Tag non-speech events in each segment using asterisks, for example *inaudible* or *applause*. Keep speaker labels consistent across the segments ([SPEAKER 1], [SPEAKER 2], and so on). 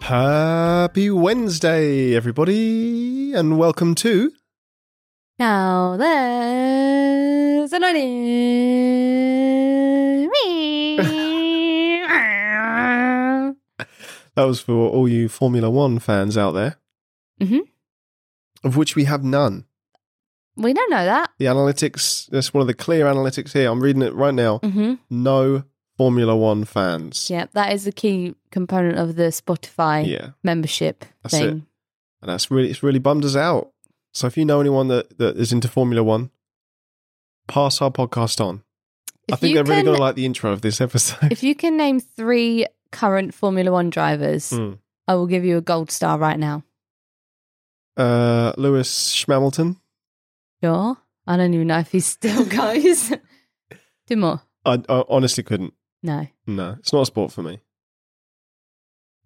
[SPEAKER 1] Happy Wednesday, everybody, and welcome to.
[SPEAKER 2] Now there's
[SPEAKER 1] *laughs*
[SPEAKER 2] an audience.
[SPEAKER 1] That was for all you Formula One fans out there,
[SPEAKER 2] Mhm.
[SPEAKER 1] of which we have none.
[SPEAKER 2] we don't know that.
[SPEAKER 1] The analytics, that's one of the clear analytics here. I'm reading it right now.
[SPEAKER 2] Mm-hmm.
[SPEAKER 1] No Formula One fans.
[SPEAKER 2] Yeah, that is the key component of the Spotify
[SPEAKER 1] Yeah.
[SPEAKER 2] membership
[SPEAKER 1] That's it.
[SPEAKER 2] thing.
[SPEAKER 1] And that's really, it's really bummed us out. So if you know anyone that, that is into Formula One, pass our podcast on. I
[SPEAKER 2] If
[SPEAKER 1] think
[SPEAKER 2] you
[SPEAKER 1] they're really
[SPEAKER 2] can-
[SPEAKER 1] going to like the intro of this episode.
[SPEAKER 2] if you can name three current Formula One
[SPEAKER 1] *laughs*
[SPEAKER 2] drivers,
[SPEAKER 1] Hmm.
[SPEAKER 2] I will give you a gold star right now.
[SPEAKER 1] Uh, Lewis Schmamilton.
[SPEAKER 2] Sure. I don't even know if
[SPEAKER 1] *laughs*
[SPEAKER 2] he still goes. Two more.
[SPEAKER 1] I, I honestly couldn't. *laughs*
[SPEAKER 2] No.
[SPEAKER 1] No, it's not a sport for me.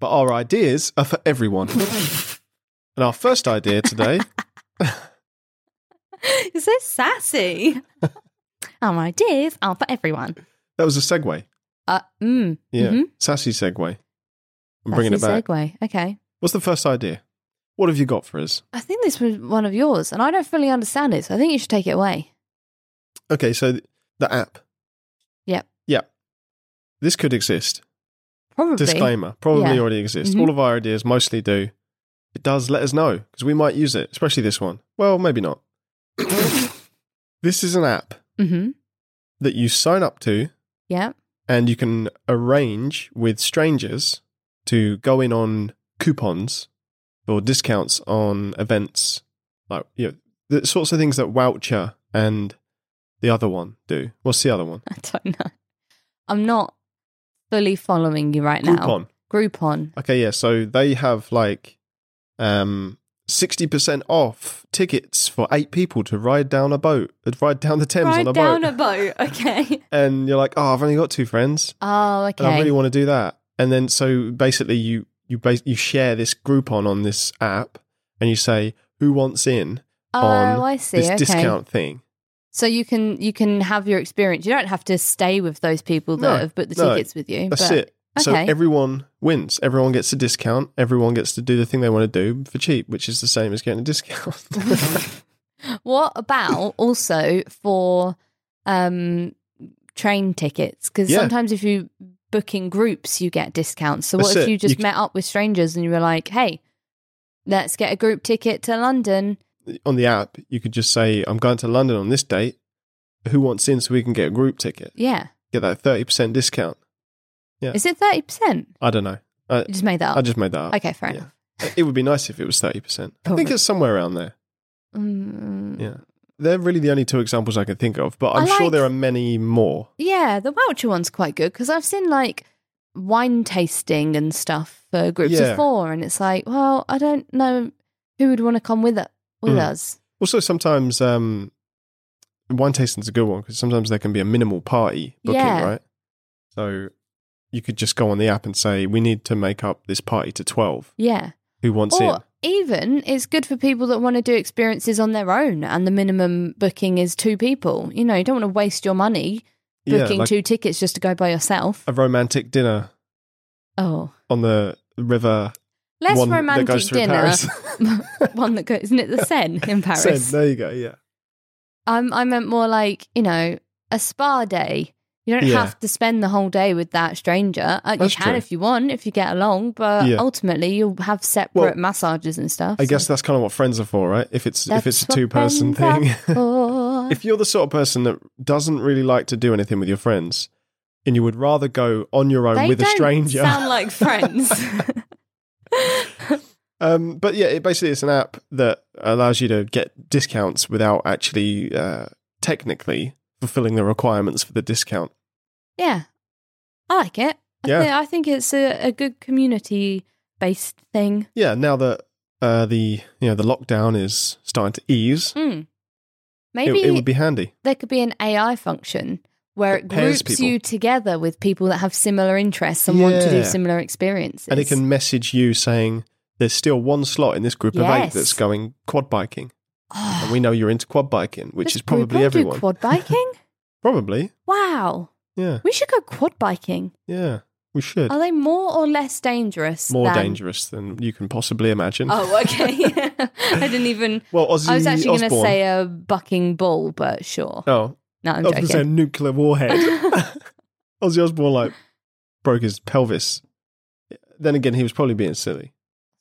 [SPEAKER 1] But our ideas are for
[SPEAKER 2] *laughs*
[SPEAKER 1] everyone. and our first idea today,
[SPEAKER 2] You're so sassy. Our ideas *laughs* are for everyone.
[SPEAKER 1] that was a segue.
[SPEAKER 2] Uh, mm,
[SPEAKER 1] Yeah.
[SPEAKER 2] mhm.
[SPEAKER 1] Sassy segue. I'm bringing it
[SPEAKER 2] Sassy
[SPEAKER 1] back.
[SPEAKER 2] Segue. Okay.
[SPEAKER 1] What's the first idea? What have you got for us?
[SPEAKER 2] I think this was one of yours, and I don't fully understand it, so I think you should take it away.
[SPEAKER 1] Okay, so th- the app.
[SPEAKER 2] Yep.
[SPEAKER 1] Yep. This could exist.
[SPEAKER 2] Probably.
[SPEAKER 1] Disclaimer probably
[SPEAKER 2] Yeah.
[SPEAKER 1] already exists.
[SPEAKER 2] Mhm.
[SPEAKER 1] All of our ideas mostly do. It does let us know because we might use it, especially this one. Well, maybe not.
[SPEAKER 2] *coughs*
[SPEAKER 1] this is an app
[SPEAKER 2] Mm-hmm.
[SPEAKER 1] that you sign up to
[SPEAKER 2] Yeah. *laughs*
[SPEAKER 1] and you can arrange with strangers to go in on coupons or discounts on events like you know, the sorts of things that Woucher and the other one do. What's the other one?
[SPEAKER 2] I don't know. I'm not fully following you right now.
[SPEAKER 1] Groupon.
[SPEAKER 2] Groupon.
[SPEAKER 1] Okay, yeah. So they have like um sixty percent off tickets for eight people to ride down a boat, uh, ride down the Thames on
[SPEAKER 2] Ride
[SPEAKER 1] a
[SPEAKER 2] down
[SPEAKER 1] boat,
[SPEAKER 2] a boat. *laughs* Okay.
[SPEAKER 1] and you're like, oh, I've only got two friends,
[SPEAKER 2] Oh,
[SPEAKER 1] and I
[SPEAKER 2] okay.
[SPEAKER 1] really want to do that. And then so basically, you you bas- you share this Groupon on this app, and you say who wants in on
[SPEAKER 2] oh, I see.
[SPEAKER 1] this
[SPEAKER 2] okay.
[SPEAKER 1] discount thing.
[SPEAKER 2] So you can you can have your experience. You don't have to stay with those people that
[SPEAKER 1] No,
[SPEAKER 2] have booked the
[SPEAKER 1] no,
[SPEAKER 2] tickets with you.
[SPEAKER 1] That's
[SPEAKER 2] but
[SPEAKER 1] it. So
[SPEAKER 2] okay.
[SPEAKER 1] everyone wins. Everyone gets a discount. Everyone gets to do the thing they want to do for cheap, which is the same as getting a
[SPEAKER 2] *laughs*
[SPEAKER 1] discount.
[SPEAKER 2] What about also for um train tickets? Because
[SPEAKER 1] Yeah.
[SPEAKER 2] sometimes if you book in groups, you get discounts. So what
[SPEAKER 1] That's
[SPEAKER 2] if
[SPEAKER 1] it.
[SPEAKER 2] you just
[SPEAKER 1] You c-
[SPEAKER 2] met up with strangers and you were like, "Hey, let's get a group ticket to London."
[SPEAKER 1] on the app, you could just say, I'm going to London on this date. Who wants in so we can get a group ticket?
[SPEAKER 2] Yeah,
[SPEAKER 1] Get that 30% discount. Yeah.
[SPEAKER 2] is it thirty percent?
[SPEAKER 1] I don't know. I,
[SPEAKER 2] You just made that
[SPEAKER 1] I
[SPEAKER 2] up.
[SPEAKER 1] just made that up.
[SPEAKER 2] Oh, okay, fair
[SPEAKER 1] yeah.
[SPEAKER 2] enough.
[SPEAKER 1] It would be nice if it was 30%. I
[SPEAKER 2] Probably.
[SPEAKER 1] think it's somewhere around there.
[SPEAKER 2] Mm, yeah.
[SPEAKER 1] Yeah. They're really the only two examples I can think of, but I'm
[SPEAKER 2] I
[SPEAKER 1] sure
[SPEAKER 2] like-
[SPEAKER 1] there are many more.
[SPEAKER 2] the voucher one's quite good because I've seen like wine tasting and stuff for groups
[SPEAKER 1] Yeah.
[SPEAKER 2] of four, and it's like, well, I don't know who would want to come with it, with
[SPEAKER 1] Mm.
[SPEAKER 2] us.
[SPEAKER 1] Also, sometimes um, wine tasting's a good one because sometimes there can be a minimal party booking,
[SPEAKER 2] Yeah.
[SPEAKER 1] right? So you could just go on the app and say, we need to make up this party to 12.
[SPEAKER 2] Yeah.
[SPEAKER 1] Who wants in?
[SPEAKER 2] Or even it's good for people that want to do experiences on their own, and the minimum booking is two people. You know, you don't want to waste your money booking
[SPEAKER 1] like-
[SPEAKER 2] two tickets just to go by yourself.
[SPEAKER 1] a romantic dinner
[SPEAKER 2] Oh,
[SPEAKER 1] on the river.
[SPEAKER 2] less
[SPEAKER 1] one
[SPEAKER 2] romantic
[SPEAKER 1] that goes through
[SPEAKER 2] dinner.
[SPEAKER 1] Paris. *laughs*
[SPEAKER 2] *laughs* One that goes, isn't it the Seine in Paris?
[SPEAKER 1] Same, there you go. Yeah,
[SPEAKER 2] I'm, I meant more like you know a spa day. You don't
[SPEAKER 1] Yeah.
[SPEAKER 2] have to spend the whole day with that stranger. Uh, you
[SPEAKER 1] That's
[SPEAKER 2] can
[SPEAKER 1] true.
[SPEAKER 2] if you want, if you get along, but
[SPEAKER 1] Yeah.
[SPEAKER 2] ultimately you'll have separate
[SPEAKER 1] Well,
[SPEAKER 2] massages and stuff.
[SPEAKER 1] I guess that's kind of what friends are for, right? If it's if it's a two person thing. *laughs*
[SPEAKER 2] if
[SPEAKER 1] if you're the sort of person that doesn't really like to do anything with your friends, and you would rather go on your own
[SPEAKER 2] They
[SPEAKER 1] with a
[SPEAKER 2] don't
[SPEAKER 1] stranger,
[SPEAKER 2] Sound like friends.
[SPEAKER 1] *laughs* um, but yeah, it basically it's an app that allows you to get discounts without actually uh, technically fulfilling the requirements for the discount.
[SPEAKER 2] yeah, I like it. I,
[SPEAKER 1] Yeah.
[SPEAKER 2] thi- I think it's a, a good community based thing.
[SPEAKER 1] Yeah, now that uh, the you know the lockdown is starting to ease,
[SPEAKER 2] Mm.
[SPEAKER 1] it-
[SPEAKER 2] Maybe
[SPEAKER 1] it would be handy.
[SPEAKER 2] there could be an AI function where
[SPEAKER 1] That
[SPEAKER 2] it
[SPEAKER 1] pairs
[SPEAKER 2] groups
[SPEAKER 1] people.
[SPEAKER 2] you together with people that have similar interests and want to do
[SPEAKER 1] Yeah.
[SPEAKER 2] similar experiences.
[SPEAKER 1] and it
[SPEAKER 2] *gasps*
[SPEAKER 1] can message you saying there's still one slot in this group of eight
[SPEAKER 2] Yes.
[SPEAKER 1] that's going quad biking,
[SPEAKER 2] Oh,
[SPEAKER 1] and we know you're into quad biking, which
[SPEAKER 2] this
[SPEAKER 1] is
[SPEAKER 2] group all
[SPEAKER 1] probably
[SPEAKER 2] do
[SPEAKER 1] everyone. *laughs*
[SPEAKER 2] quad biking.
[SPEAKER 1] probably,
[SPEAKER 2] wow,
[SPEAKER 1] yeah,
[SPEAKER 2] we should go quad biking.
[SPEAKER 1] yeah. We should.
[SPEAKER 2] Are they more or less dangerous?
[SPEAKER 1] More
[SPEAKER 2] than-
[SPEAKER 1] dangerous than you can possibly imagine.
[SPEAKER 2] *laughs* Oh, okay. *laughs* I didn't even.
[SPEAKER 1] *laughs* Well, Ozzy
[SPEAKER 2] I was actually going to
[SPEAKER 1] Osbourne.
[SPEAKER 2] say a bucking bull, but sure.
[SPEAKER 1] Oh,
[SPEAKER 2] No, I'm
[SPEAKER 1] I was going to say a
[SPEAKER 2] joking.
[SPEAKER 1] nuclear
[SPEAKER 2] *laughs*
[SPEAKER 1] warhead. *laughs* Ozzy Osbourne like broke his pelvis. Then again, he was probably being silly,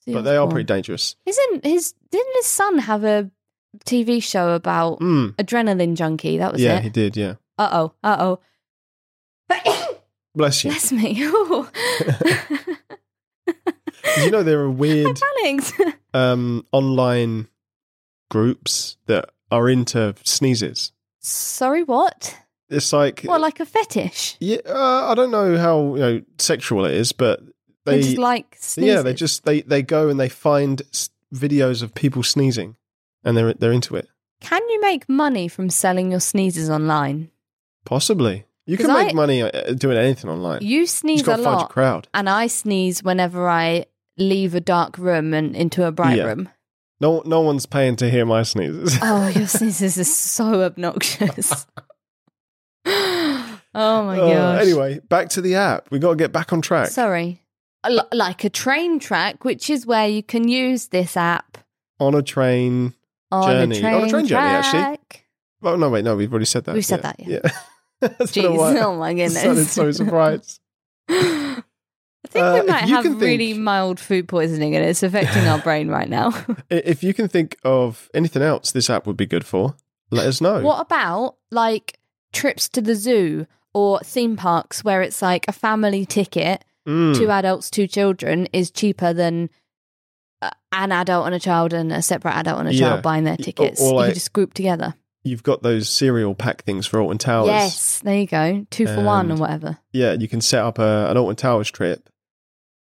[SPEAKER 1] but they are pretty dangerous.
[SPEAKER 2] Isn't his? Didn't his son have a TV show about
[SPEAKER 1] Mm.
[SPEAKER 2] adrenaline junkie? That was
[SPEAKER 1] Yeah,
[SPEAKER 2] it.
[SPEAKER 1] he did. Yeah,
[SPEAKER 2] Uh oh.
[SPEAKER 1] *coughs*
[SPEAKER 2] Uh oh.
[SPEAKER 1] bless
[SPEAKER 2] *laughs*
[SPEAKER 1] you.
[SPEAKER 2] Bless
[SPEAKER 1] *laughs*
[SPEAKER 2] me. Ooh.
[SPEAKER 1] Did you know there are weird
[SPEAKER 2] Alex.
[SPEAKER 1] um, online groups that are into sneezes.
[SPEAKER 2] Sorry, what?
[SPEAKER 1] It's like,
[SPEAKER 2] What, like a fetish?
[SPEAKER 1] yeah, uh, I don't know how you know sexual it is, but
[SPEAKER 2] They,
[SPEAKER 1] they,
[SPEAKER 2] just like sneezes.
[SPEAKER 1] yeah, they just they they go and they find s- videos of people sneezing, and they're they're into it.
[SPEAKER 2] Can you make money from selling your sneezes online?
[SPEAKER 1] Possibly, you can
[SPEAKER 2] 'Cause
[SPEAKER 1] make
[SPEAKER 2] I-
[SPEAKER 1] money uh, doing anything online.
[SPEAKER 2] You
[SPEAKER 1] You
[SPEAKER 2] sneeze
[SPEAKER 1] just
[SPEAKER 2] a
[SPEAKER 1] got to find your
[SPEAKER 2] lot,
[SPEAKER 1] crowd.
[SPEAKER 2] and I sneeze whenever I leave a dark room and into a bright
[SPEAKER 1] Yeah.
[SPEAKER 2] room.
[SPEAKER 1] No, no one's paying to hear my sneezes. *laughs*
[SPEAKER 2] Oh, your sneezes are so obnoxious. *laughs* oh my
[SPEAKER 1] Uh,
[SPEAKER 2] gosh.
[SPEAKER 1] anyway, back to the app. We got to get back on track.
[SPEAKER 2] Sorry. L- like a train track, which is where you can use this app
[SPEAKER 1] on a train.
[SPEAKER 2] on
[SPEAKER 1] Journey.
[SPEAKER 2] a
[SPEAKER 1] On
[SPEAKER 2] train,
[SPEAKER 1] a train journey, actually.
[SPEAKER 2] track.
[SPEAKER 1] Oh no, wait, no, we've already said that.
[SPEAKER 2] We've said that, yeah.
[SPEAKER 1] yeah. *laughs* That's
[SPEAKER 2] Jeez, *laughs* oh my
[SPEAKER 1] *laughs* I
[SPEAKER 2] goodness.
[SPEAKER 1] sounded
[SPEAKER 2] *laughs*
[SPEAKER 1] so surprised.
[SPEAKER 2] I think
[SPEAKER 1] Uh, if
[SPEAKER 2] we might
[SPEAKER 1] you
[SPEAKER 2] have
[SPEAKER 1] can think-
[SPEAKER 2] really mild food poisoning and it's
[SPEAKER 1] *laughs*
[SPEAKER 2] affecting our brain right now.
[SPEAKER 1] I- If you can think of anything else this app would be good for, let us know.
[SPEAKER 2] What about like trips to the zoo or theme parks where it's like a family ticket,
[SPEAKER 1] Mm,
[SPEAKER 2] two adults, two children is cheaper than uh, an adult and a child and a separate adult and a
[SPEAKER 1] Yeah.
[SPEAKER 2] child buying their
[SPEAKER 1] Y- or-
[SPEAKER 2] tickets.
[SPEAKER 1] or,
[SPEAKER 2] you
[SPEAKER 1] like,
[SPEAKER 2] can just group together.
[SPEAKER 1] You've got those cereal pack things for Alton Towers.
[SPEAKER 2] Yes, there you go. Two for one or
[SPEAKER 1] And
[SPEAKER 2] whatever.
[SPEAKER 1] Yeah, you can set up a, an Alton Towers trip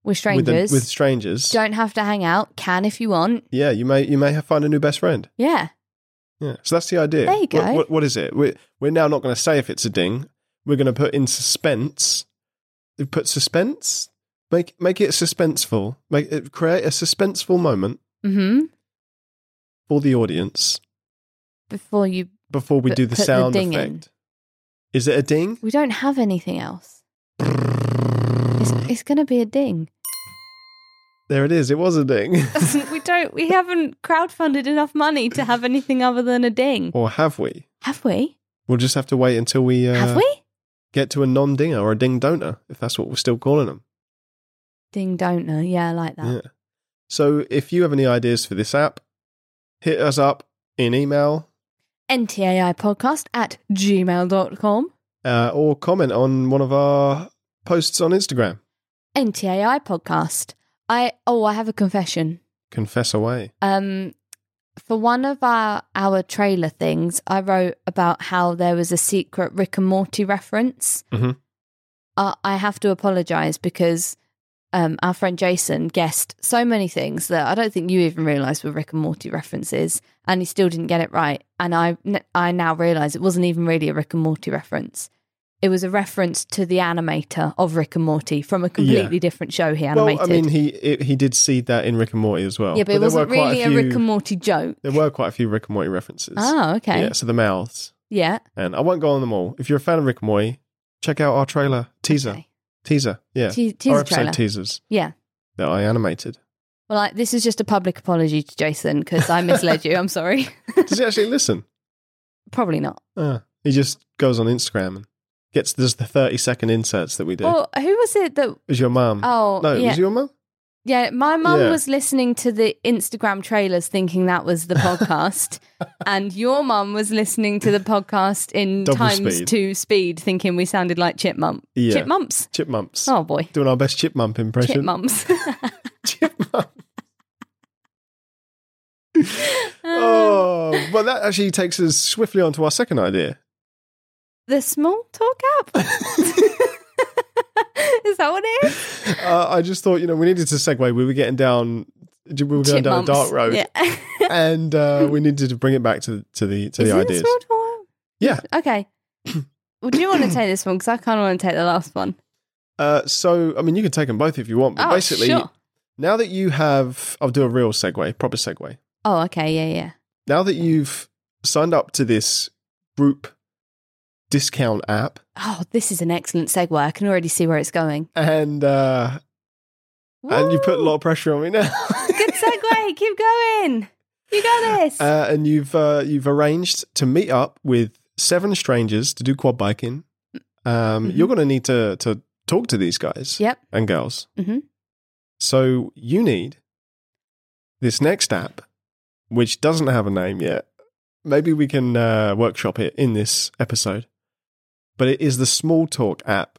[SPEAKER 2] We're
[SPEAKER 1] with, the-
[SPEAKER 2] strangers.
[SPEAKER 1] with strangers.
[SPEAKER 2] Don't have to hang out. Can if you want.
[SPEAKER 1] Yeah, you may you may have find a new best friend.
[SPEAKER 2] Yeah.
[SPEAKER 1] Yeah, so that's the idea.
[SPEAKER 2] There you
[SPEAKER 1] What-
[SPEAKER 2] go.
[SPEAKER 1] what- what is it? We're, we're now not going to say if it's a ding. We're going to put in suspense. We Put suspense. Make make it suspenseful. Make it, create a suspenseful moment
[SPEAKER 2] hmm
[SPEAKER 1] for the audience
[SPEAKER 2] Before you.
[SPEAKER 1] before we
[SPEAKER 2] But
[SPEAKER 1] do the
[SPEAKER 2] put the
[SPEAKER 1] sound
[SPEAKER 2] ding
[SPEAKER 1] effect.
[SPEAKER 2] in.
[SPEAKER 1] Is it a ding?
[SPEAKER 2] We don't have anything else. It's, it's going to be a ding.
[SPEAKER 1] *laughs*
[SPEAKER 2] *laughs*
[SPEAKER 1] There it is. It was a ding. *laughs*
[SPEAKER 2] we don't we haven't crowdfunded enough money to have anything other than a ding
[SPEAKER 1] or have we?
[SPEAKER 2] have we
[SPEAKER 1] We'll just have to wait until we, uh,
[SPEAKER 2] have we
[SPEAKER 1] get to a non-dinger or a ding-donor, if that's what we're still calling them.
[SPEAKER 2] ding don't know yeah i like that
[SPEAKER 1] Yeah. So if you have any ideas for this app, hit us up in email
[SPEAKER 2] ntai podcast at gmail.com
[SPEAKER 1] uh, or comment on one of our posts on Instagram.
[SPEAKER 2] ntai podcast i oh i have a confession
[SPEAKER 1] Confess away.
[SPEAKER 2] um for one of our our trailer things i wrote about how there was a secret rick and morty reference
[SPEAKER 1] Mhm.
[SPEAKER 2] uh, i have to apologize because um, our friend jason guessed so many things that i don't think you even realized were rick and morty references and he still didn't get it right and i n- i now realize it wasn't even really a rick and morty reference it was a reference to the animator of Rick and Morty from a completely different show he animated.
[SPEAKER 1] Well, I mean, he it, he did see that in Rick and Morty as well.
[SPEAKER 2] yeah, but it
[SPEAKER 1] there
[SPEAKER 2] wasn't
[SPEAKER 1] were quite
[SPEAKER 2] really a,
[SPEAKER 1] few,
[SPEAKER 2] Rick and Morty joke.
[SPEAKER 1] There were quite a few Rick and Morty references.
[SPEAKER 2] Oh, okay.
[SPEAKER 1] Yeah, so the mouths.
[SPEAKER 2] Yeah.
[SPEAKER 1] And I won't go on them all. If you're a fan of Rick and Morty, check out our trailer teaser.
[SPEAKER 2] Okay.
[SPEAKER 1] Teaser, yeah.
[SPEAKER 2] Te-
[SPEAKER 1] our
[SPEAKER 2] teaser
[SPEAKER 1] episode
[SPEAKER 2] trailer.
[SPEAKER 1] teasers
[SPEAKER 2] yeah.
[SPEAKER 1] that I
[SPEAKER 2] *laughs*
[SPEAKER 1] animated.
[SPEAKER 2] Well, I, this is just a public apology to Jason because I misled you. I'm sorry. *laughs*
[SPEAKER 1] Does he actually listen?
[SPEAKER 2] Probably not.
[SPEAKER 1] Ah, he just goes on Instagram and gets just the 30 second inserts that we do.
[SPEAKER 2] Well, who was it that?
[SPEAKER 1] it was your mum.
[SPEAKER 2] Oh,
[SPEAKER 1] no, it
[SPEAKER 2] yeah,
[SPEAKER 1] was your mum?
[SPEAKER 2] yeah. My mum
[SPEAKER 1] Yeah.
[SPEAKER 2] was listening to the Instagram trailers, thinking that was
[SPEAKER 1] *laughs*
[SPEAKER 2] the podcast, and your mum was listening to the podcast in
[SPEAKER 1] Double
[SPEAKER 2] times
[SPEAKER 1] speed.
[SPEAKER 2] two speed, thinking we sounded like chipmunk.
[SPEAKER 1] Yeah.
[SPEAKER 2] Chipmumps.
[SPEAKER 1] Chipmumps.
[SPEAKER 2] Oh boy,
[SPEAKER 1] Doing our best chipmump impression.
[SPEAKER 2] chipmumps.
[SPEAKER 1] *laughs* Chipmunk.
[SPEAKER 2] Um.
[SPEAKER 1] oh, well, that actually takes us swiftly on to our second idea.
[SPEAKER 2] *laughs* the small talk
[SPEAKER 1] *laughs*
[SPEAKER 2] app. *laughs* is that what it is?
[SPEAKER 1] Uh, I just thought, you know, we needed to segue. We were getting down, we were going down a dark
[SPEAKER 2] Chipmumps.
[SPEAKER 1] road,
[SPEAKER 2] Yeah. *laughs*
[SPEAKER 1] and uh, we needed to bring it back to to the to
[SPEAKER 2] Is
[SPEAKER 1] the
[SPEAKER 2] it a
[SPEAKER 1] ideas.
[SPEAKER 2] small talk?
[SPEAKER 1] Yeah. *coughs*
[SPEAKER 2] Okay. well, do you want to take this one? Because I kind of want to take the last one.
[SPEAKER 1] Uh, so, I mean, you can take them both if you want, but
[SPEAKER 2] oh,
[SPEAKER 1] basically,
[SPEAKER 2] sure.
[SPEAKER 1] now that you have, I'll do a real segue, proper segue.
[SPEAKER 2] Oh, okay. Yeah, yeah.
[SPEAKER 1] Now that you've signed up to this group discount app,
[SPEAKER 2] Oh, this is an excellent segue. I can already see where it's going.
[SPEAKER 1] and uh, and you put a lot of pressure on me now. *laughs*
[SPEAKER 2] Good segue. Keep going. You got this.
[SPEAKER 1] Uh, and you've uh, you've arranged to meet up with seven strangers to do quad biking. Um,
[SPEAKER 2] Mhm.
[SPEAKER 1] You're going to need to to talk to these guys
[SPEAKER 2] yep.
[SPEAKER 1] and girls.
[SPEAKER 2] Mhm.
[SPEAKER 1] So you need this next app, which doesn't have a name yet. Maybe we can uh, workshop it in this episode. But it is the Small Talk app.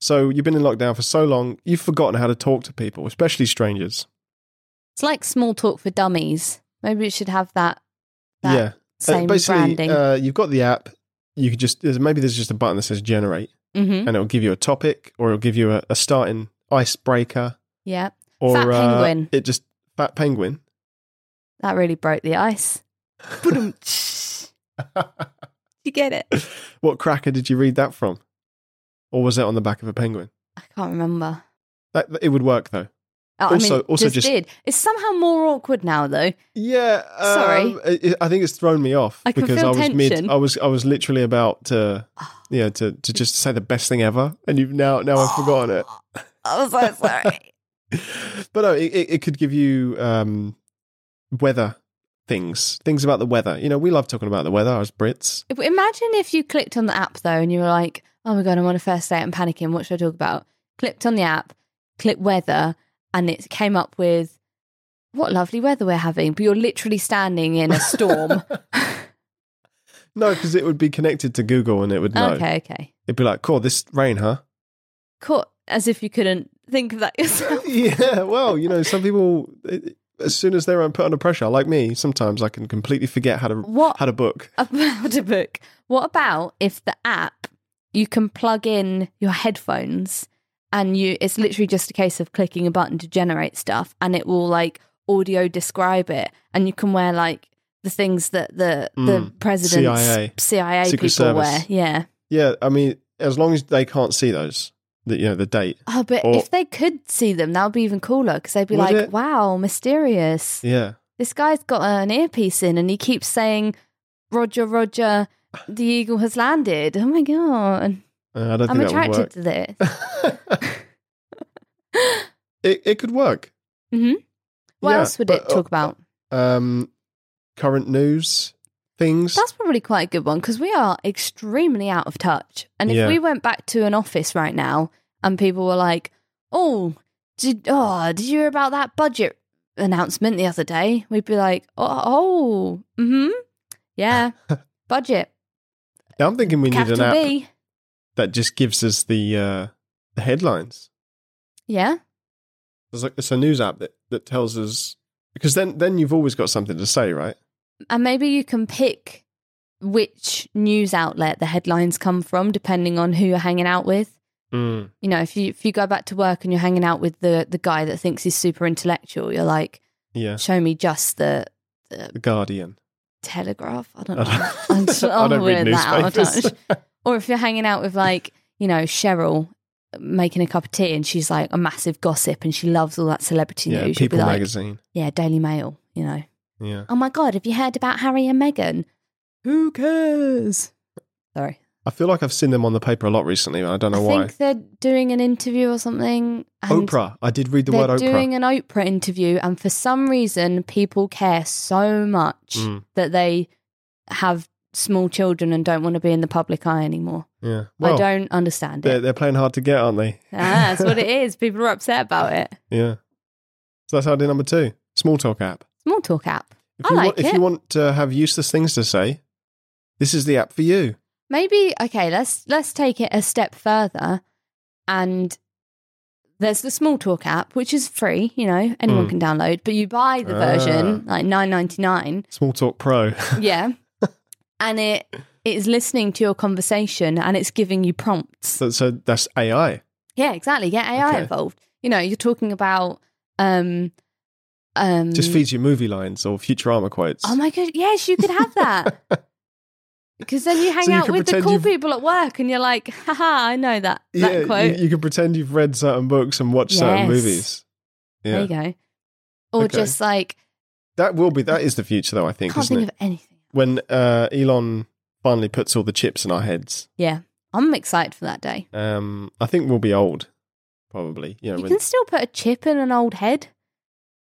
[SPEAKER 1] So you've been in lockdown for so long, you've forgotten how to talk to people, especially strangers.
[SPEAKER 2] It's like small talk for dummies. Maybe it should have that, that
[SPEAKER 1] yeah. Uh,
[SPEAKER 2] same
[SPEAKER 1] basically,
[SPEAKER 2] branding.
[SPEAKER 1] uh, you've got the app. You could just there's, maybe there's just a button that says generate,
[SPEAKER 2] mm-hmm.
[SPEAKER 1] and it'll give you a topic, or it'll give you a, a starting icebreaker,
[SPEAKER 2] Yeah.
[SPEAKER 1] or
[SPEAKER 2] Fat
[SPEAKER 1] uh,
[SPEAKER 2] penguin.
[SPEAKER 1] it just fat penguin.
[SPEAKER 2] That really broke the ice.
[SPEAKER 1] *laughs*
[SPEAKER 2] you get it?
[SPEAKER 1] What cracker did you read that from, or was it on the back of a penguin?
[SPEAKER 2] I can't remember.
[SPEAKER 1] That it would work though.
[SPEAKER 2] Oh, I
[SPEAKER 1] Also-
[SPEAKER 2] mean,
[SPEAKER 1] also
[SPEAKER 2] just,
[SPEAKER 1] just-
[SPEAKER 2] did. It's somehow more awkward now, though.
[SPEAKER 1] Yeah, um,
[SPEAKER 2] Sorry.
[SPEAKER 1] it- it- I think it's thrown me off
[SPEAKER 2] I can
[SPEAKER 1] because
[SPEAKER 2] feel
[SPEAKER 1] I was
[SPEAKER 2] tension. Ah.
[SPEAKER 1] I was I was literally about to yeah to, to just say the best thing ever, and you've now now I've forgotten it.
[SPEAKER 2] I'm Oh. so sorry. Ah.
[SPEAKER 1] but no, it, it it could give you um, weather things, things about the weather. You know, we love talking about the weather as Brits.
[SPEAKER 2] If- Imagine if you clicked on the app though and you were like, oh my God, I'm on a first date, I'm panicking, what should I talk about? Clicked on the app, click weather, and it came up with what lovely weather we're having, but you're literally standing in a storm.
[SPEAKER 1] No, because it would be connected to Google and it would know.
[SPEAKER 2] Okay, okay.
[SPEAKER 1] It'd be like, cool, this rain, huh?
[SPEAKER 2] Caught as if you couldn't think of that yourself.
[SPEAKER 1] yeah, well, you know, some people, it- as soon as they're put under pressure, like me, sometimes I can completely forget how to
[SPEAKER 2] What
[SPEAKER 1] how to book.
[SPEAKER 2] about a book? What about if the app you can plug in your headphones and you it's literally just a case of clicking a button to generate stuff and it will like audio describe it and you can wear like the things that the the
[SPEAKER 1] Mm,
[SPEAKER 2] president's
[SPEAKER 1] CIA.
[SPEAKER 2] CIA,
[SPEAKER 1] Secret
[SPEAKER 2] people
[SPEAKER 1] Service.
[SPEAKER 2] wear. Yeah.
[SPEAKER 1] Yeah, I mean, as long as they can't see those, the, you know, the date.
[SPEAKER 2] Oh, but
[SPEAKER 1] Or-
[SPEAKER 2] if they could see them, that would be even cooler because they'd be
[SPEAKER 1] Would
[SPEAKER 2] like,
[SPEAKER 1] it?
[SPEAKER 2] "Wow, mysterious!
[SPEAKER 1] Yeah,
[SPEAKER 2] This guy's got an earpiece in, and he keeps saying, Roger, Roger, the eagle has landed.' Oh my god!"
[SPEAKER 1] Uh, I don't think that
[SPEAKER 2] I'm
[SPEAKER 1] would
[SPEAKER 2] attracted
[SPEAKER 1] work.
[SPEAKER 2] to
[SPEAKER 1] *laughs*
[SPEAKER 2] this.
[SPEAKER 1] it it could work.
[SPEAKER 2] Mm-hmm. What
[SPEAKER 1] Yeah,
[SPEAKER 2] else would
[SPEAKER 1] but, uh,
[SPEAKER 2] it talk about?
[SPEAKER 1] Um, current news things.
[SPEAKER 2] That's probably quite a good one because we are extremely out of touch. And if
[SPEAKER 1] Yeah.
[SPEAKER 2] we went back to an office right now and people were like, "Oh, did oh, did you hear about that budget announcement the other day?" We'd be like, "Oh, oh mm-hmm, yeah,
[SPEAKER 1] *laughs*
[SPEAKER 2] budget,
[SPEAKER 1] Yeah, I'm thinking we need an
[SPEAKER 2] capital
[SPEAKER 1] app
[SPEAKER 2] B,
[SPEAKER 1] that just gives us the uh, the headlines.
[SPEAKER 2] yeah."
[SPEAKER 1] It's, like, it's a news app that, that tells us because then then you've always got something to say, right?
[SPEAKER 2] And maybe you can pick which news outlet the headlines come from, depending on who you're hanging out with.
[SPEAKER 1] Mm.
[SPEAKER 2] you know, if you if you go back to work and you're hanging out with the the guy that thinks he's super intellectual, you're like,
[SPEAKER 1] Yeah,
[SPEAKER 2] show me just the
[SPEAKER 1] the
[SPEAKER 2] *laughs*
[SPEAKER 1] Guardian.
[SPEAKER 2] Telegraph. I don't know. *laughs*
[SPEAKER 1] I
[SPEAKER 2] I'm
[SPEAKER 1] don't, *laughs*
[SPEAKER 2] just-
[SPEAKER 1] I don't
[SPEAKER 2] oh,
[SPEAKER 1] read
[SPEAKER 2] we're that out of
[SPEAKER 1] newspapers. *laughs*
[SPEAKER 2] touch. or if you're hanging out with like you know Cheryl making a cup of tea and she's like a massive gossip and she loves all that celebrity
[SPEAKER 1] yeah,
[SPEAKER 2] news, you'd be
[SPEAKER 1] People
[SPEAKER 2] like,
[SPEAKER 1] magazine.
[SPEAKER 2] yeah, Daily Mail. You know,
[SPEAKER 1] Yeah,
[SPEAKER 2] oh my god, have you heard about Harry and Meghan? Who cares? Sorry,
[SPEAKER 1] I feel like I've seen them on the paper a lot recently, and I don't
[SPEAKER 2] I
[SPEAKER 1] know why.
[SPEAKER 2] think they're doing an interview or something. and-
[SPEAKER 1] Oprah. I did read the
[SPEAKER 2] they're
[SPEAKER 1] word Oprah.
[SPEAKER 2] doing an Oprah interview, and for some reason, people care so much
[SPEAKER 1] Mm,
[SPEAKER 2] that they have small children and don't want to be in the public eye anymore.
[SPEAKER 1] yeah,
[SPEAKER 2] I
[SPEAKER 1] well,
[SPEAKER 2] don't understand
[SPEAKER 1] they're,
[SPEAKER 2] it.
[SPEAKER 1] they're playing hard to get, aren't they?
[SPEAKER 2] Ah, that's what it is. People are upset about it.
[SPEAKER 1] Yeah. So that's idea number two. Small talk app.
[SPEAKER 2] Small talk app.
[SPEAKER 1] If
[SPEAKER 2] I
[SPEAKER 1] you
[SPEAKER 2] like
[SPEAKER 1] want, If
[SPEAKER 2] it.
[SPEAKER 1] you want to have useless things to say, this is the app for you.
[SPEAKER 2] Maybe okay. Let's let's take it a step further, and there's the small talk app, which is free. You know, anyone
[SPEAKER 1] Mm. Ah.
[SPEAKER 2] can download, but you buy the version like nine ninety nine.
[SPEAKER 1] Small talk pro. *laughs*
[SPEAKER 2] Yeah. and it it's listening to your conversation and it's giving you prompts.
[SPEAKER 1] so, so that's AI.
[SPEAKER 2] Yeah, exactly. Get AI
[SPEAKER 1] Okay.
[SPEAKER 2] involved. You know, you're talking about um um
[SPEAKER 1] Just feeds you movie lines or Futurama quotes.
[SPEAKER 2] Oh my god, yes, you could
[SPEAKER 1] *laughs*
[SPEAKER 2] have that. Because then you hang
[SPEAKER 1] So you
[SPEAKER 2] out
[SPEAKER 1] can
[SPEAKER 2] with the
[SPEAKER 1] pretend
[SPEAKER 2] cool
[SPEAKER 1] you've-
[SPEAKER 2] people at work and you're like, haha, I know that that
[SPEAKER 1] yeah,
[SPEAKER 2] quote.
[SPEAKER 1] You, you can pretend you've read certain books and watched certain
[SPEAKER 2] Yes.
[SPEAKER 1] movies. Yeah,
[SPEAKER 2] There you go. Or
[SPEAKER 1] Okay.
[SPEAKER 2] just like
[SPEAKER 1] that will be that is the future, though. I think,
[SPEAKER 2] can't
[SPEAKER 1] isn't
[SPEAKER 2] think
[SPEAKER 1] it?
[SPEAKER 2] of anything.
[SPEAKER 1] when uh, Elon finally puts all the chips in our heads.
[SPEAKER 2] Yeah. I'm excited for that day.
[SPEAKER 1] Um, I think we'll be old, probably. You know,
[SPEAKER 2] You
[SPEAKER 1] when-
[SPEAKER 2] can still put a chip in an old head.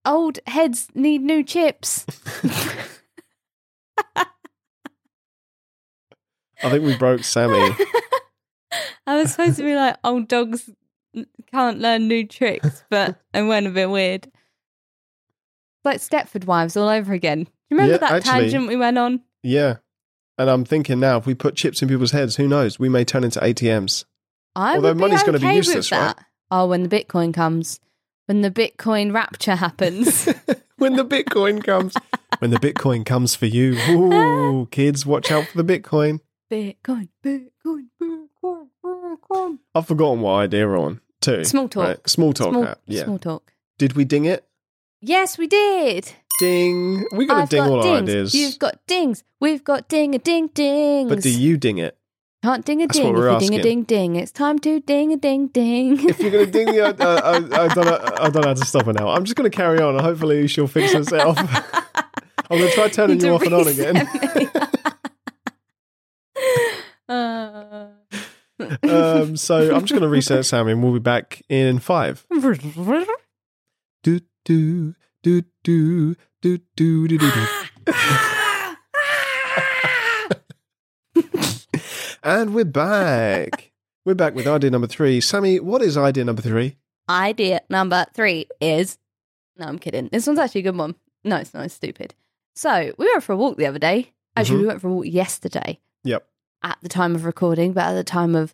[SPEAKER 2] Old heads need new chips.
[SPEAKER 1] *laughs* I think we broke Sammy.
[SPEAKER 2] *laughs* I was supposed to be like, old dogs can't learn new tricks,
[SPEAKER 1] *laughs*
[SPEAKER 2] but I went a bit weird. Like Stepford Wives all over again. Do you remember
[SPEAKER 1] Yeah,
[SPEAKER 2] that
[SPEAKER 1] actually-
[SPEAKER 2] tangent we went on?
[SPEAKER 1] yeah. And I'm thinking now, if we put chips in people's heads, who knows? We may turn into ATMs.
[SPEAKER 2] I
[SPEAKER 1] Although
[SPEAKER 2] would be
[SPEAKER 1] money's
[SPEAKER 2] okay
[SPEAKER 1] gonna be
[SPEAKER 2] with
[SPEAKER 1] useless, right?
[SPEAKER 2] that. Oh, when the Bitcoin comes, when the Bitcoin
[SPEAKER 1] *laughs*
[SPEAKER 2] rapture happens,
[SPEAKER 1] when the Bitcoin comes, *laughs* when the Bitcoin comes for you, ooh, kids, watch out for the Bitcoin.
[SPEAKER 2] Bitcoin, Bitcoin, Bitcoin, Bitcoin.
[SPEAKER 1] I've forgotten what idea we're on too.
[SPEAKER 2] Small talk.
[SPEAKER 1] Right? Small talk.
[SPEAKER 2] small,
[SPEAKER 1] app. Yeah.
[SPEAKER 2] small talk.
[SPEAKER 1] Did we ding it?
[SPEAKER 2] Yes, we did.
[SPEAKER 1] Ding. We got to
[SPEAKER 2] I've
[SPEAKER 1] ding
[SPEAKER 2] got
[SPEAKER 1] all our
[SPEAKER 2] dings.
[SPEAKER 1] ideas.
[SPEAKER 2] You've got dings. We've got ding a ding dings.
[SPEAKER 1] But do you ding it?
[SPEAKER 2] Can't ding a
[SPEAKER 1] That's what
[SPEAKER 2] ding.
[SPEAKER 1] we're
[SPEAKER 2] If you ding a
[SPEAKER 1] asking.
[SPEAKER 2] ding ding, it's time to ding a ding *laughs* ding.
[SPEAKER 1] If you're going to ding the, uh, uh, I, I don't know, I don't know how to stop her now. I'm just going to carry on. Hopefully she'll fix
[SPEAKER 2] *laughs*
[SPEAKER 1] herself. I'm going to try turning you
[SPEAKER 2] To
[SPEAKER 1] off and on
[SPEAKER 2] reset
[SPEAKER 1] again.
[SPEAKER 2] me. Uh. *laughs*
[SPEAKER 1] Um, so I'm just going to reset Sammy and we'll be back in five. Do, do, do, do, do, do, do, do, do. And we're back. *laughs* We're back with idea number three. Sammy, what is idea number three?
[SPEAKER 2] Idea number three is no, I'm kidding. This one's actually a good one. No, it's not. It's stupid. So we went for a walk the other day. Actually, we went for a walk yesterday.
[SPEAKER 1] Mm-hmm. Yep.
[SPEAKER 2] At the time of recording, but at the time of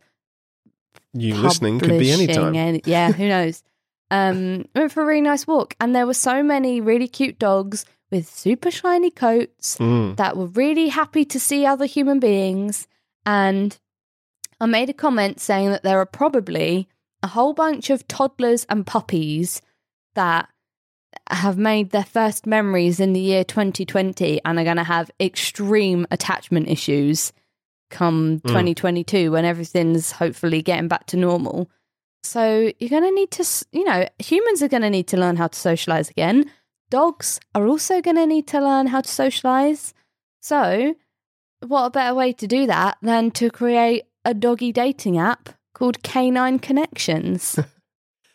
[SPEAKER 1] You listening could be any
[SPEAKER 2] publishing
[SPEAKER 1] time.
[SPEAKER 2] and- yeah, who knows? Um, went for a really nice walk, and there were so many really cute dogs with super shiny coats
[SPEAKER 1] Mm.
[SPEAKER 2] that were really happy to see other human beings. And I made a comment saying that there are probably a whole bunch of toddlers and puppies that have made their first memories in the year 2020 and are going to have extreme attachment issues come
[SPEAKER 1] Mm.
[SPEAKER 2] 2022 when everything's hopefully getting back to normal. So you're going to need to, s- you know, humans are going to need to learn how to socialize again. Dogs are also going to need to learn how to socialize. So, what a better way to do that than to create a doggy dating app called
[SPEAKER 1] *laughs*
[SPEAKER 2] Canine Connections?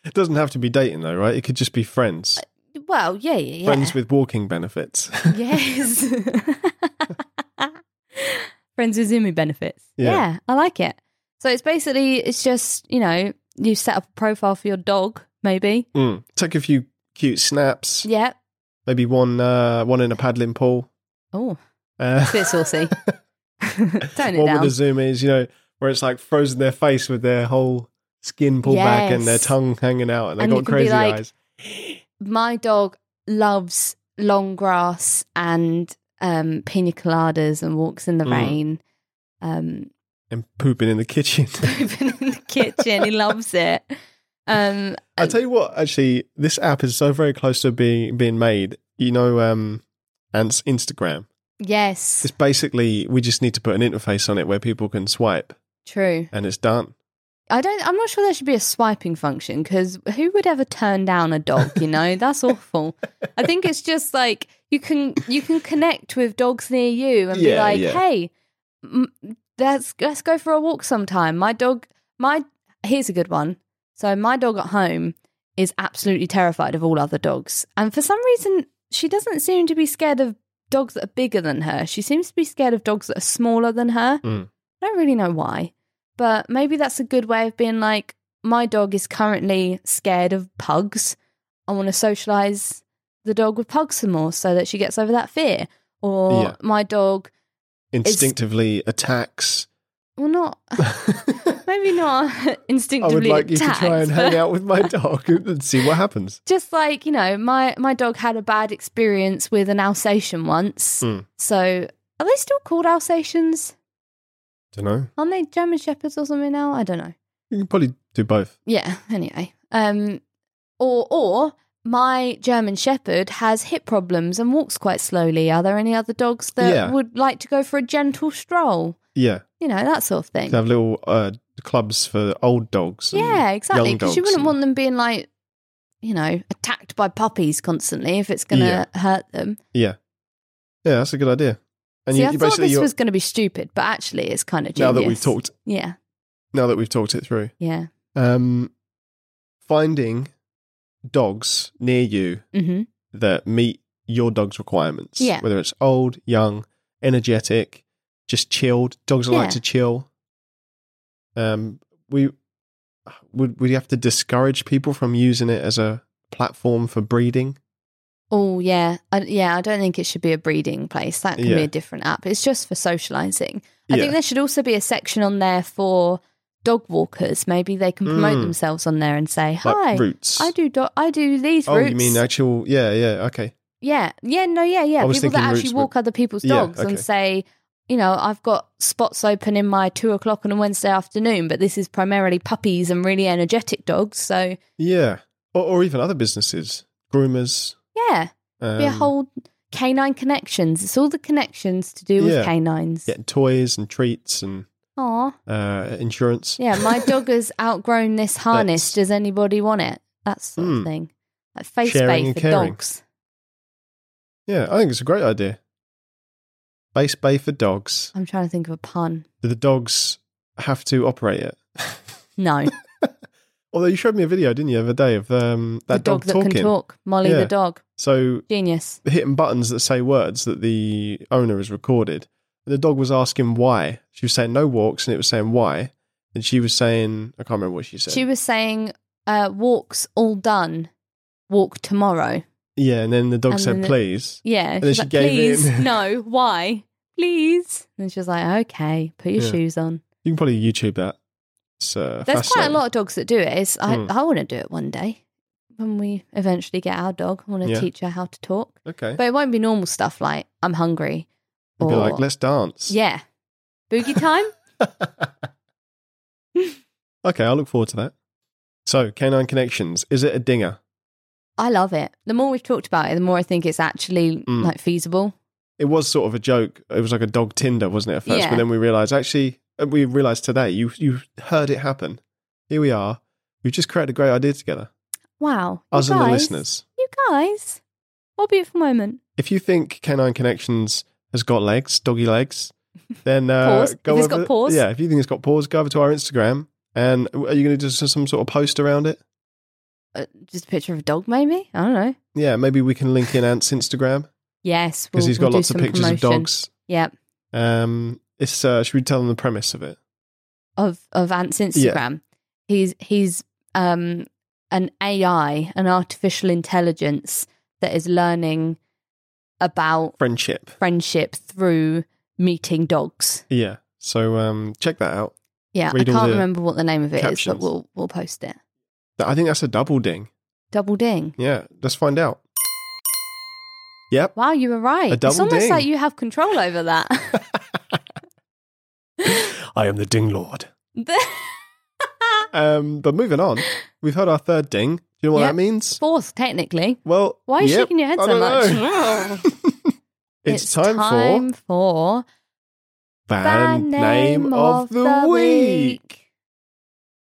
[SPEAKER 1] It doesn't have to be dating though, right? It could just be friends.
[SPEAKER 2] well, yeah, Uh, yeah, yeah.
[SPEAKER 1] Friends with walking benefits. *laughs*
[SPEAKER 2] *laughs* yes. Friends with Zoomy benefits.
[SPEAKER 1] Yeah.
[SPEAKER 2] Yeah. I like it. So it's basically it's just you know you set up a profile for your dog maybe.
[SPEAKER 1] Mm. Take a few cute snaps.
[SPEAKER 2] Yeah.
[SPEAKER 1] Maybe one uh, one in a paddling pool.
[SPEAKER 2] Oh,
[SPEAKER 1] Uh,
[SPEAKER 2] bit
[SPEAKER 1] *laughs*
[SPEAKER 2] saucy. *laughs* Tone it
[SPEAKER 1] one
[SPEAKER 2] down.
[SPEAKER 1] with the zoomies, you know, where it's like frozen their face with their whole skin pulled back and their
[SPEAKER 2] Yes.
[SPEAKER 1] tongue hanging out, and they
[SPEAKER 2] And you
[SPEAKER 1] got
[SPEAKER 2] can be
[SPEAKER 1] crazy
[SPEAKER 2] like-
[SPEAKER 1] eyes.
[SPEAKER 2] my dog loves long grass and um, pina coladas and walks in the
[SPEAKER 1] Mm.
[SPEAKER 2] rain. Um, *laughs*
[SPEAKER 1] And pooping in the kitchen. *laughs*
[SPEAKER 2] pooping in the kitchen, he loves it. Um,
[SPEAKER 1] I tell you what, actually, this app is so very close to being being made. You know, um, Ant's Instagram.
[SPEAKER 2] yes,
[SPEAKER 1] It's basically we just need to put an interface on it where people can swipe,
[SPEAKER 2] true.
[SPEAKER 1] and it's done.
[SPEAKER 2] I don't. I'm not sure there should be a swiping function because who would ever turn down a dog? You know, that's awful. I think it's just like you can you can connect with dogs near you and be
[SPEAKER 1] Yeah,
[SPEAKER 2] like,
[SPEAKER 1] yeah.
[SPEAKER 2] hey, m- let's let's go for a walk sometime. My dog, my here's a good one. So my dog at home is absolutely terrified of all other dogs, and for some reason she doesn't seem to be scared of dogs that are bigger than her. She seems to be scared of dogs that are smaller than her.
[SPEAKER 1] Mm.
[SPEAKER 2] I don't really know why, but maybe that's a good way of being like, my dog is currently scared of pugs. I want to socialize the dog with pugs some more so that she gets over that fear. Or
[SPEAKER 1] Yeah.
[SPEAKER 2] my dog,
[SPEAKER 1] Instinctively
[SPEAKER 2] *laughs*
[SPEAKER 1] attacks.
[SPEAKER 2] well, not maybe not *laughs*
[SPEAKER 1] I would
[SPEAKER 2] instinctively
[SPEAKER 1] like you to
[SPEAKER 2] attacks,
[SPEAKER 1] try and
[SPEAKER 2] but-
[SPEAKER 1] hang out with my dog and see what happens.
[SPEAKER 2] just like you know my my dog had a bad experience with an alsatian once
[SPEAKER 1] Mm.
[SPEAKER 2] so are they still called alsatians
[SPEAKER 1] Don't know.
[SPEAKER 2] aren't they german shepherds or something now i don't know
[SPEAKER 1] You can probably do both.
[SPEAKER 2] yeah anyway um or or my german shepherd has hip problems and walks quite slowly are there any other dogs that
[SPEAKER 1] Yeah.
[SPEAKER 2] would like to go for a gentle stroll
[SPEAKER 1] Yeah,
[SPEAKER 2] you know that sort of
[SPEAKER 1] you
[SPEAKER 2] thing
[SPEAKER 1] can have little uh, clubs for old dogs. and-
[SPEAKER 2] yeah exactly
[SPEAKER 1] young
[SPEAKER 2] because you
[SPEAKER 1] dogs
[SPEAKER 2] wouldn't
[SPEAKER 1] and-
[SPEAKER 2] want them being like you know attacked by puppies constantly if it's gonna hurt them
[SPEAKER 1] yeah, yeah. That's a good idea. And
[SPEAKER 2] See,
[SPEAKER 1] you,
[SPEAKER 2] I
[SPEAKER 1] you
[SPEAKER 2] thought
[SPEAKER 1] basically
[SPEAKER 2] this
[SPEAKER 1] you're,
[SPEAKER 2] was going to be stupid, but actually, it's kind of
[SPEAKER 1] now
[SPEAKER 2] genius.
[SPEAKER 1] that we've talked
[SPEAKER 2] yeah,
[SPEAKER 1] now that we've talked it through.
[SPEAKER 2] yeah,
[SPEAKER 1] Um, finding dogs near you
[SPEAKER 2] hmm
[SPEAKER 1] that meet your dog's requirements.
[SPEAKER 2] Yeah.
[SPEAKER 1] Whether it's old, young, energetic, just chilled. Dogs that
[SPEAKER 2] Yeah.
[SPEAKER 1] like to chill. Um, we would we have to discourage people from using it as a platform for breeding.
[SPEAKER 2] Oh yeah, I, yeah. I don't think it should be a breeding place. That can be
[SPEAKER 1] Yeah.
[SPEAKER 2] a different app. It's just for socializing. I
[SPEAKER 1] yeah.
[SPEAKER 2] think there should also be a section on there for dog walkers. Maybe they can promote
[SPEAKER 1] Mm.
[SPEAKER 2] themselves on there and say, "Hi,
[SPEAKER 1] like roots.
[SPEAKER 2] I do. Do- I do these
[SPEAKER 1] oh,
[SPEAKER 2] routes."
[SPEAKER 1] you mean actual? Yeah, yeah. Okay.
[SPEAKER 2] Yeah, yeah, no, yeah,
[SPEAKER 1] I
[SPEAKER 2] yeah.
[SPEAKER 1] was
[SPEAKER 2] People that
[SPEAKER 1] thinking
[SPEAKER 2] actually
[SPEAKER 1] roots, but-
[SPEAKER 2] walk other people's
[SPEAKER 1] Yeah,
[SPEAKER 2] dogs
[SPEAKER 1] okay.
[SPEAKER 2] and say, you know, I've got spots open in my two o'clock on a Wednesday afternoon, but this is primarily puppies and really energetic dogs. So
[SPEAKER 1] Yeah. Or, or even other businesses, groomers.
[SPEAKER 2] yeah,
[SPEAKER 1] Um,
[SPEAKER 2] be a whole canine connections. It's all the connections to do with
[SPEAKER 1] Yeah.
[SPEAKER 2] canines.
[SPEAKER 1] getting toys and treats and
[SPEAKER 2] Aw,
[SPEAKER 1] uh, insurance.
[SPEAKER 2] yeah.
[SPEAKER 1] *laughs*
[SPEAKER 2] My dog has outgrown this harness.
[SPEAKER 1] That's-
[SPEAKER 2] Does anybody want it? That sort
[SPEAKER 1] Hmm.
[SPEAKER 2] of thing. Like face
[SPEAKER 1] Sharing
[SPEAKER 2] bay
[SPEAKER 1] and
[SPEAKER 2] for
[SPEAKER 1] caring.
[SPEAKER 2] dogs.
[SPEAKER 1] Yeah, I think it's a great idea. Base bay for dogs.
[SPEAKER 2] I'm trying to think of a pun.
[SPEAKER 1] Do the dogs have to operate it? *laughs*
[SPEAKER 2] No,
[SPEAKER 1] Although you showed me a video, didn't you, the other day of um,
[SPEAKER 2] the
[SPEAKER 1] that
[SPEAKER 2] dog,
[SPEAKER 1] dog,
[SPEAKER 2] that
[SPEAKER 1] talking.
[SPEAKER 2] can talk, Molly
[SPEAKER 1] Yeah.
[SPEAKER 2] the dog,
[SPEAKER 1] So
[SPEAKER 2] genius.
[SPEAKER 1] hitting buttons that say words that the owner has recorded. And the dog was asking why. She was saying no walks, and it was saying why. And she was saying, I can't remember what she said.
[SPEAKER 2] She was saying, uh, walks all done, walk tomorrow.
[SPEAKER 1] yeah, and then the dog
[SPEAKER 2] And
[SPEAKER 1] said
[SPEAKER 2] then the-
[SPEAKER 1] please.
[SPEAKER 2] Yeah.
[SPEAKER 1] then
[SPEAKER 2] she's
[SPEAKER 1] she
[SPEAKER 2] like,
[SPEAKER 1] gave *laughs*
[SPEAKER 2] Please,
[SPEAKER 1] in.
[SPEAKER 2] no, why? Please. And she was like, okay, put your
[SPEAKER 1] Yeah.
[SPEAKER 2] shoes on.
[SPEAKER 1] You can probably YouTube that. It's, uh,
[SPEAKER 2] There's quite a
[SPEAKER 1] fascinating.
[SPEAKER 2] lot of dogs that do it. It's, I,
[SPEAKER 1] Hmm.
[SPEAKER 2] I want to do it one day when we eventually get our dog. I want to
[SPEAKER 1] Yeah.
[SPEAKER 2] teach her how to talk.
[SPEAKER 1] Okay.
[SPEAKER 2] But Oh. it won't be normal stuff like, I'm hungry.
[SPEAKER 1] You'd be
[SPEAKER 2] Or,
[SPEAKER 1] like, let's dance.
[SPEAKER 2] yeah.
[SPEAKER 1] *laughs*
[SPEAKER 2] Boogie time?
[SPEAKER 1] Okay, I'll look forward to that. So, canine connections. Is it a dinger?
[SPEAKER 2] I love it. The more we've talked about it, the more I think it's actually
[SPEAKER 1] Mm.
[SPEAKER 2] like feasible.
[SPEAKER 1] It was sort of a joke. It was like a dog Tinder, wasn't it, at first?
[SPEAKER 2] Yeah.
[SPEAKER 1] But then we realized, actually, uh, we realized today, you, you heard it happen. Here we are. We've just created a great idea together,
[SPEAKER 2] Wow. You
[SPEAKER 1] us and the
[SPEAKER 2] guys-
[SPEAKER 1] listeners.
[SPEAKER 2] You guys. What a beautiful moment.
[SPEAKER 1] If you think Canine Connections has got legs, doggy
[SPEAKER 2] *laughs*
[SPEAKER 1] legs, then uh,
[SPEAKER 2] Paws.
[SPEAKER 1] go
[SPEAKER 2] If it's
[SPEAKER 1] over.
[SPEAKER 2] got paws.
[SPEAKER 1] Yeah, if you think it's got paws, go over to our Instagram. And uh, are you going to do some some sort of post around it?
[SPEAKER 2] uh, just a picture of a dog, maybe. I don't know.
[SPEAKER 1] Yeah, maybe we can link in Ant's Instagram
[SPEAKER 2] Yes,
[SPEAKER 1] because
[SPEAKER 2] we'll-
[SPEAKER 1] he's got
[SPEAKER 2] we'll do
[SPEAKER 1] lots of
[SPEAKER 2] some
[SPEAKER 1] pictures of
[SPEAKER 2] promotion.
[SPEAKER 1] dogs.
[SPEAKER 2] Yeah,
[SPEAKER 1] Um, it's uh, should we tell them the premise of it?
[SPEAKER 2] of of Ant's Instagram. He's he's um an AI, an artificial intelligence that is learning about
[SPEAKER 1] Friendship.
[SPEAKER 2] friendship through meeting dogs.
[SPEAKER 1] Yeah. So um, check that out.
[SPEAKER 2] Yeah,
[SPEAKER 1] Read
[SPEAKER 2] I
[SPEAKER 1] all
[SPEAKER 2] can't
[SPEAKER 1] the
[SPEAKER 2] remember what the name of it is,
[SPEAKER 1] captions.
[SPEAKER 2] but we'll we'll post it.
[SPEAKER 1] Th- I think that's a double ding.
[SPEAKER 2] Double ding.
[SPEAKER 1] Yeah. Let's find out. Yep.
[SPEAKER 2] Wow, you were right.
[SPEAKER 1] A
[SPEAKER 2] it's
[SPEAKER 1] double
[SPEAKER 2] almost
[SPEAKER 1] ding.
[SPEAKER 2] like you have control
[SPEAKER 1] *laughs*
[SPEAKER 2] over that.
[SPEAKER 1] I am the ding lord. Um, but moving on, we've had our third ding. Do you know what
[SPEAKER 2] Yep.
[SPEAKER 1] that means?
[SPEAKER 2] Fourth, technically.
[SPEAKER 1] Well,
[SPEAKER 2] Why are you
[SPEAKER 1] yep,
[SPEAKER 2] shaking your head
[SPEAKER 1] I
[SPEAKER 2] so much?
[SPEAKER 1] don't
[SPEAKER 2] *laughs*
[SPEAKER 1] know. *laughs* it's, time, for
[SPEAKER 2] time for
[SPEAKER 1] band name, of the, week.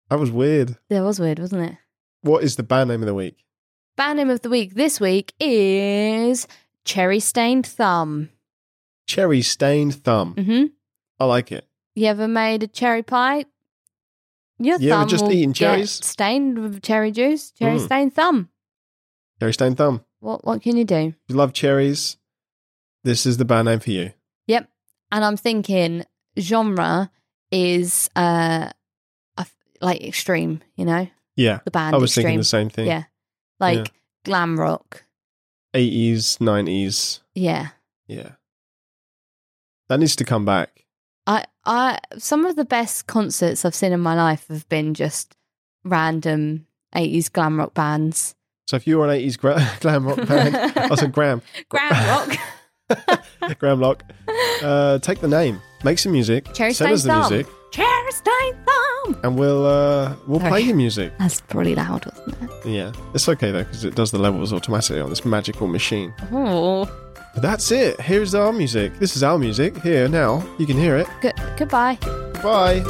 [SPEAKER 1] That was weird.
[SPEAKER 2] That was weird, wasn't it?
[SPEAKER 1] What is the band name of the week?
[SPEAKER 2] Band name of the week this week is Cherry Stained Thumb.
[SPEAKER 1] Cherry stained thumb.
[SPEAKER 2] hmm
[SPEAKER 1] I like it.
[SPEAKER 2] You ever made a cherry pie? Your
[SPEAKER 1] You ever
[SPEAKER 2] thumb
[SPEAKER 1] just
[SPEAKER 2] will
[SPEAKER 1] eaten
[SPEAKER 2] get
[SPEAKER 1] cherries?
[SPEAKER 2] stained with cherry juice. Cherry
[SPEAKER 1] Mm.
[SPEAKER 2] stained thumb.
[SPEAKER 1] Cherry stained thumb.
[SPEAKER 2] What what can you do?
[SPEAKER 1] If you love cherries, this is the band name for you.
[SPEAKER 2] Yep. And I'm thinking genre is uh a f- like extreme, you know?
[SPEAKER 1] Yeah.
[SPEAKER 2] The band
[SPEAKER 1] I was
[SPEAKER 2] extreme.
[SPEAKER 1] thinking the same thing.
[SPEAKER 2] Yeah. Like
[SPEAKER 1] Yeah.
[SPEAKER 2] glam rock.
[SPEAKER 1] 80s, 90s.
[SPEAKER 2] Yeah.
[SPEAKER 1] Yeah. That needs to come back.
[SPEAKER 2] I, I, some of the best concerts I've seen in my life have been just random 80s glam rock bands.
[SPEAKER 1] So if you were an 80s gra- *laughs* glam rock band,
[SPEAKER 2] *laughs*
[SPEAKER 1] I said *laughs* Graham,
[SPEAKER 2] Glam rock.
[SPEAKER 1] Graham Lock, uh, take the name, make some music,
[SPEAKER 2] Cherry
[SPEAKER 1] send us the
[SPEAKER 2] Stone Thumb.
[SPEAKER 1] music,
[SPEAKER 2] Cherry Stone Thumb.
[SPEAKER 1] and we'll uh, we'll
[SPEAKER 2] Sorry.
[SPEAKER 1] play your music.
[SPEAKER 2] That's probably loud, wasn't it?
[SPEAKER 1] Yeah. It's okay though, because it does the levels automatically on this magical machine.
[SPEAKER 2] Oh.
[SPEAKER 1] But that's it. Here's our music. This is our music. Here, now. You can hear it.
[SPEAKER 2] Good, goodbye.
[SPEAKER 1] Bye.